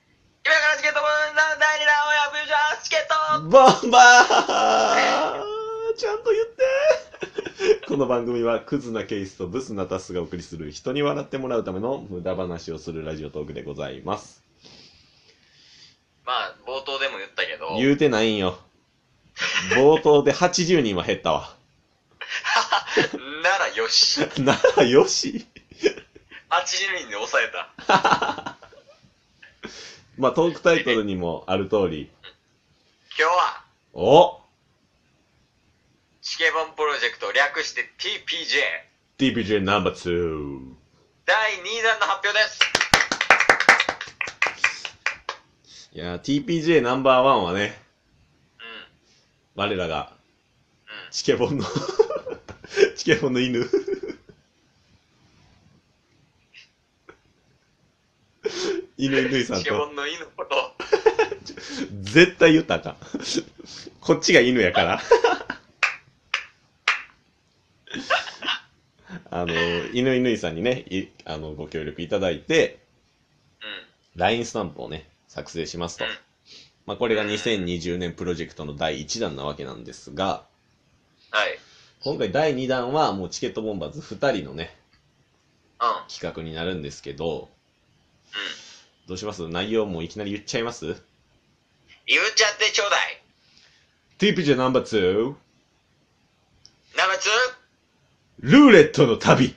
ケットボールの代理だ親分じゃチケットバンバーちゃんと言ってこの番組はクズなケースとブスなタスがお送りする人に笑ってもらうための無駄話をするラジオトークでございます。まあ、冒頭でも言ったけど、言うてないんよ。冒頭で80人は減ったわ。ならよし。8なあ、よし。人で抑えた。まあトークタイトルにもある通り、今日は、おチケボンプロジェクト略して TPJ !DPJ ナンバー2。第2弾の発表です。いやー、TPJ ナンバーワンはね、う我らが、ん、うん。チケボンの、 チケボンの犬。犬犬さんチケボと、ンの犬のこと、絶対言ったらあかん。こっちが犬 やから。あの、犬犬さんにね、いあのご協力いただいて、うん。 LINE スタンプをね、作成しますとうん。まあ、これが2020年プロジェクトの第1弾なわけなんですが、はい。今回第2弾はもうチケットボンバーズ2人のね、うん。企画になるんですけど、うん。どうします内容もいきなり言っちゃいます言っちゃってちょうだい。 ?TPJ ナンバー2、ナムツルーレットの旅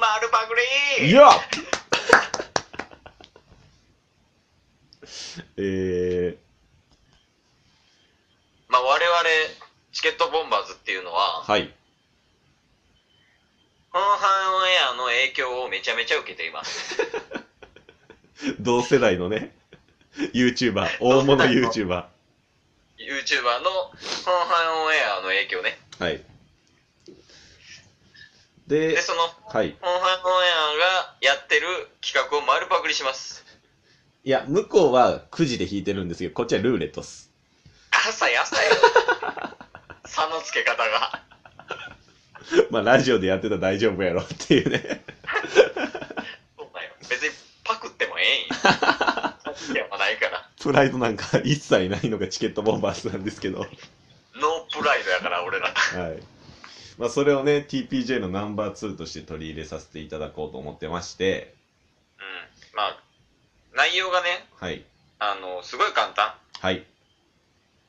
丸パクリいやえまあ、我々、チケットボンバーズっていうのー、は、はい。この半オンエアの影響をめちゃめちゃ受けています。同世代のね、YouTuber、大物 YouTuber。 YouTuber のこの半オンエアの影響ね。はい。で、で、その、はい。この半オンエアがやってる企画を丸パクリします。いや、向こうはく時で弾いてるんですけど、こっちはルーレットっす。朝や朝や。差の付け方が。まあ、ラジオでやってたら大丈夫やろっていうね。そうだよ。別にパクってもええんよ。いや、ないから。プライドなんか 一切ないのがチケットボンバーズなんですけど。ノープライドやから、俺ら。はい。まあ、それをね、TPJ のナンバー2として取り入れさせていただこうと思ってまして、うん。まあ、内容がね、はい。あの、すごい簡単。はい。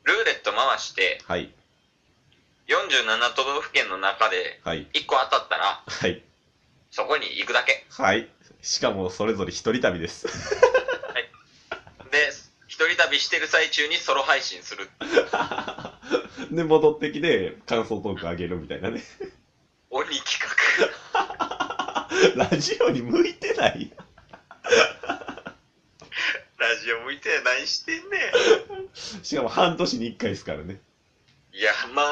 ルーレット回して、はい。 47都道府県の中ではい。 1個当たったら、はい。そこに行くだけ。はい。しかも、それぞれ一人旅です。 で、一人旅してる最中にソロ配信する。で、戻ってきて、感想トークあげるみたいなね。 鬼企ラジオに向いてない。画。ラジオ向いて何してんねしかも、半年に一回ですからね。ん。いや、まあ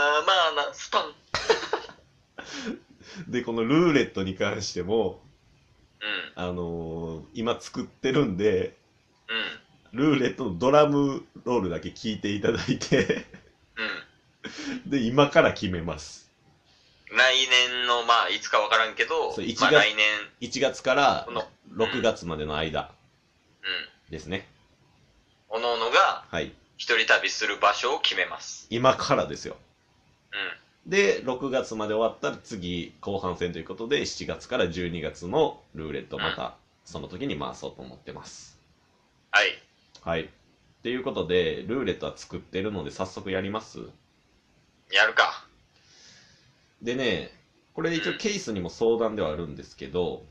まあな、スパン。うん。で、このルーレットに関しても、あのー今作ってるんで、ルーレットのドラムロールだけ聞いていただいて、うん。で、今から決めます。うん。来年の、まあ、いつかわからんけどそう1、まあ月来年、 1月からこの、うん。 6月までの間ですね。おのおのがはい。一人旅する場所を決めます。今からですよ。うで、6月まで終わったら次、後半戦ということで、7月から12月のルーレットをまた、その時に回そうと思ってます。ん。はい。はい。っていうことで、ルーレットは作ってるので、早速やります。やるか。でね、これ一応ケースにも相談ではあるんですけど、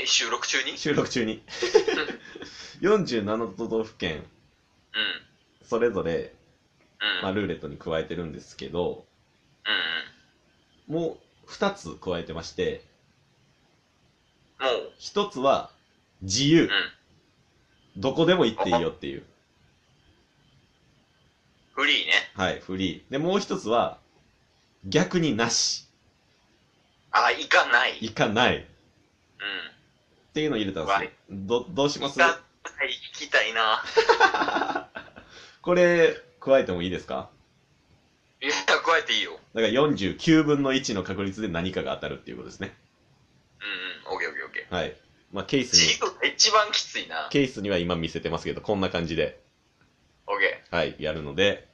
え、収録中に収録中 に。47都道府県、うん。それぞれ、うん。まあ、ルーレットに加えてるんですけど、うんもう2つ加えてまして、うん。もう、一つは自由、どこでも行っていいよっていう、フリーね。はい、フリー。で、もう一つは逆になし、あ、行かない。行かないっうん。ていうのを入れたんですはよい。どどうしま行すかない、行きたいな。これ加えてもいいですかいや、加えていいよ。だから49分の1の確率で何かが当たるっていうことですね。うんうん、オッケーオッケーオッケー。はい。まあ、ケース自に、由が一一番きついな。ケースには今見せてますけど、こんな感じで、オッケはい、やるので、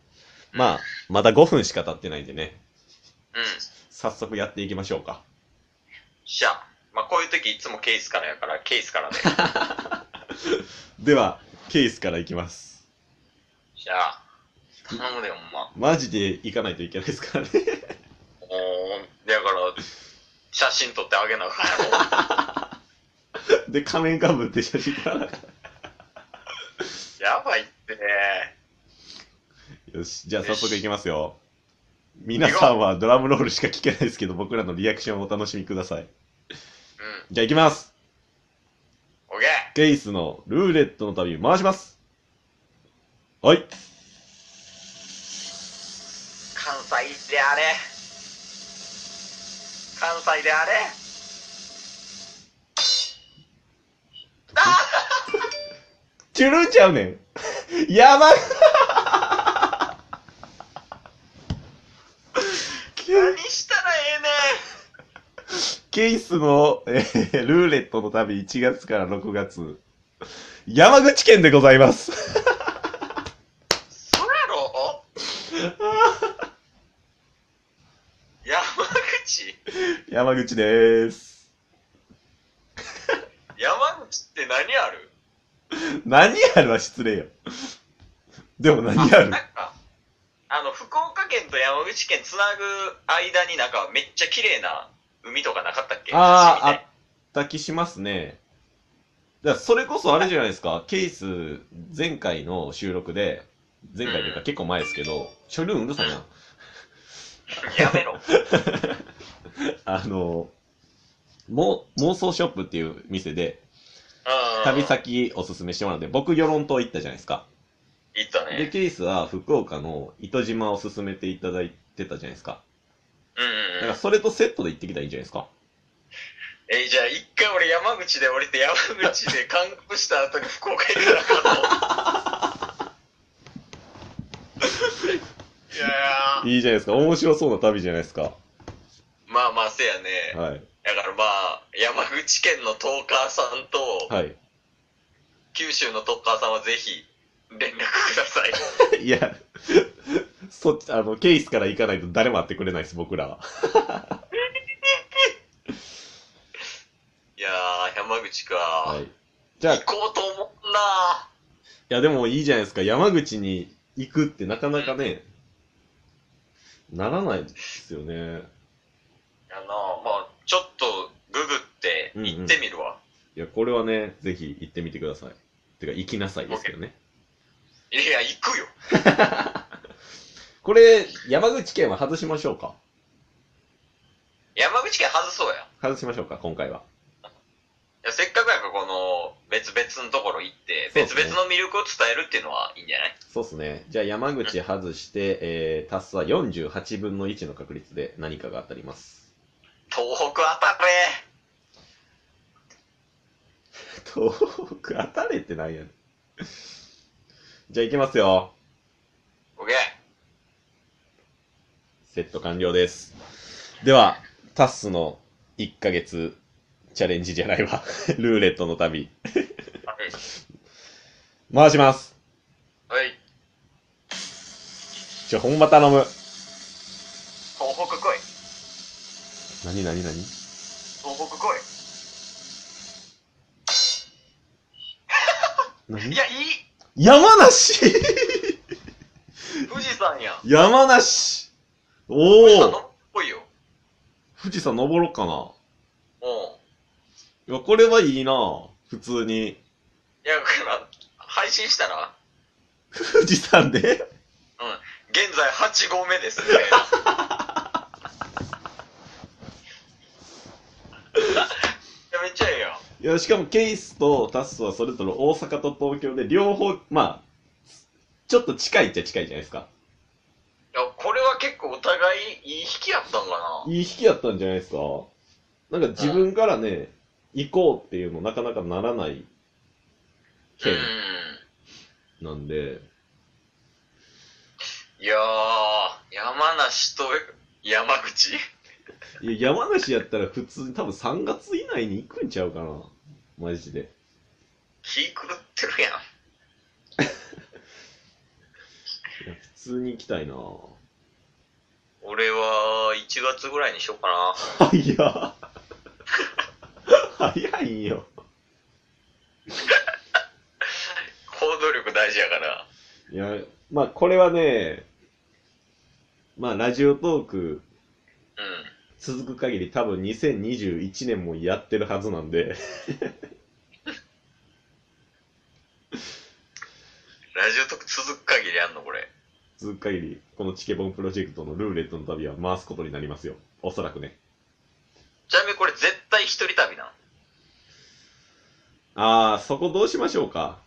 まあ、まだ5分しか経ってないんでね、ー。うん。早速やっていきましょうか。 じゃあ、まあこういう時いつもケースからやから、ケースからで。では、ケースからいきます。じゃあ、頼むで、ほんま。マジで行かないといけないですからね。 おー、だから、写真撮ってあげなあかんやろ。で、仮面かぶって写真撮らなあかやばいってね。んよし、じゃあ早速いきますよ。皆さんはドラムロールしか聞けないですけど、僕らのリアクションをお楽しみください。うじゃあ行きますん。オッケー。ケースのルーレットの旅回しますはい関西であれ。関西であれ。チュルンちゃうねん やばい何したらええねケースの、えールーレットの旅1月から6月山口県でございます ん。そらろ山口山口でーす山口って何ある何やるは失礼よでも何やるなんか、あの、福岡県と山口県つなぐ間になんかめっちゃ綺麗な海とかなかったっけ写あー真みたいった気しますねだからそれこそあれじゃないですかケース前回の収録で前回というか結構前ですけどチュルンうるさいなやめろ。あの、も妄想ショップっていう店で、旅旅先おすすめしてもらって、僕、与論島行ったじゃないですか。行ったで、ね。ケースは福岡の糸島を勧めていただいてたじゃないですか。うんだうかんうらん。それとセットで行ってきたらいいんじゃないですか。えじゃあ一回俺山口で降りて山口で観光した後に福岡行くな かと。いやーいいじゃないですか。面白そうな旅じゃないですか。まあまあせやね。はい。だからまあ、山口県のトーカーさんと、はい。九州のトーカーさんはぜひ連絡ください。いや、 そっち、あの、ケースから行かないと誰も会ってくれないです、僕らは。いやー、山口か。はい。じゃあ、い行こうと思うなや、でもいいじゃないですか。山口に行くってなかなかね、ならないですよね。あの、まあちょっとググって行ってみるわ。いや、これはね、ぜひ行ってみてください。てか、行きなさいですけどね。いや、行くよ。これ、山口県は外しましょうか。山口県外そうや。い外しましょうか、今回は。やせっかくやからこの別々のところ行って、そうっ別すね々の魅力を伝えるっていうのはいいんじゃないそうっすね。じゃあ、山口外して、えー、足すは48分の1の確率で何かが当たります。 東北あたれ東北当たれってなんやねん。じゃあ、行きますよ。オッケーセット完了です。では、タッスの1ヶ月チャレンジじゃないわ。 ルーレットの旅。回します。はい。はい。ちょ、ほんま頼む。東北来い。何何何東北来い。何いや、い山梨 い富士山やん。山梨富士お山のおっぽいよ。富士山登ろうかなうん。いや、これはいいな普通に。いや、 だから、配信したら、富士山で 現在8合目ですね。いやめっちゃええやん。いや、しかもケイスとタスはそれぞれ大阪と東京で両方、まあ、ちょっと近いっちゃ近いじゃないですか。いや、これは結構お互いいい引きやったんかな。いい引きやったんじゃないですかなんか自分からね、行こうっていうのなかなかならないう県ん。なんで、いやー、山梨と山口いや、山梨やったら普通に多分3月以内に行くんちゃうかなマジで。気狂ってるやん。いや普通に行きたいな俺は、1月ぐらいにしようかな。早っ早いんよ行動力大事やから。いやまあこれはねまあラジオトークうん。続く限り多分2021年もやってるはずなんでラジオとか続く限りやんの、これ。続く限りこのチケボンプロジェクトのルーレットの旅は回すことになりますよおそらくねちなみにこれ絶対一人旅なん。ああ、そこどうしましょうか。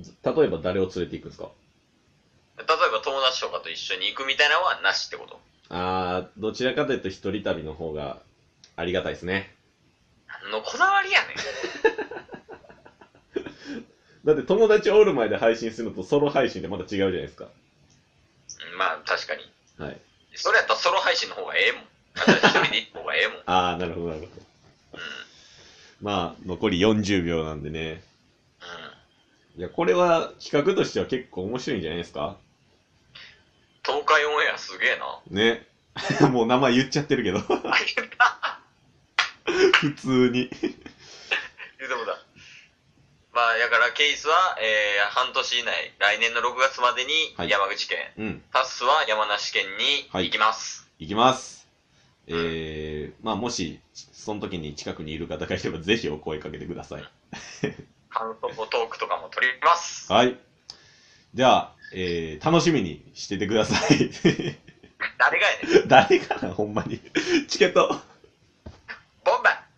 ず例えば誰を連れていくんですか例えば友達とかと一緒に行くみたいなのはなしってこと。ああ、どちらかというと一人旅の方がありがたいですね。何のこだわりやねん。だって友達おる前で配信するのとソロ配信でまた違うじゃないですか。うんまあ、確かに。はい。それやったらソロ配信の方がええもん。私一人で行った方がええもん。ああ、なるほど、なるほど。まあ、残り40秒なんでね。うん。うん。いや、これは企画としては結構面白いんじゃないですか東海オンエアすげえな。 ね。 もう名前言っちゃってるけど。 あげた。普通言に。うてもだ。まあ、やから、ケイスは、えー、半年以内、来年の6月までにはい山口県、うん。タスは山梨県に行きます。いきます。えー、まあもし、その時に近くにいる方がいれば、ぜひお声かけてください。感想トークとかも取ります。はい。じゃあ、えー、楽しみにしててください。 誰がやねん。誰かな、ほんまに。チケット。ボンバイ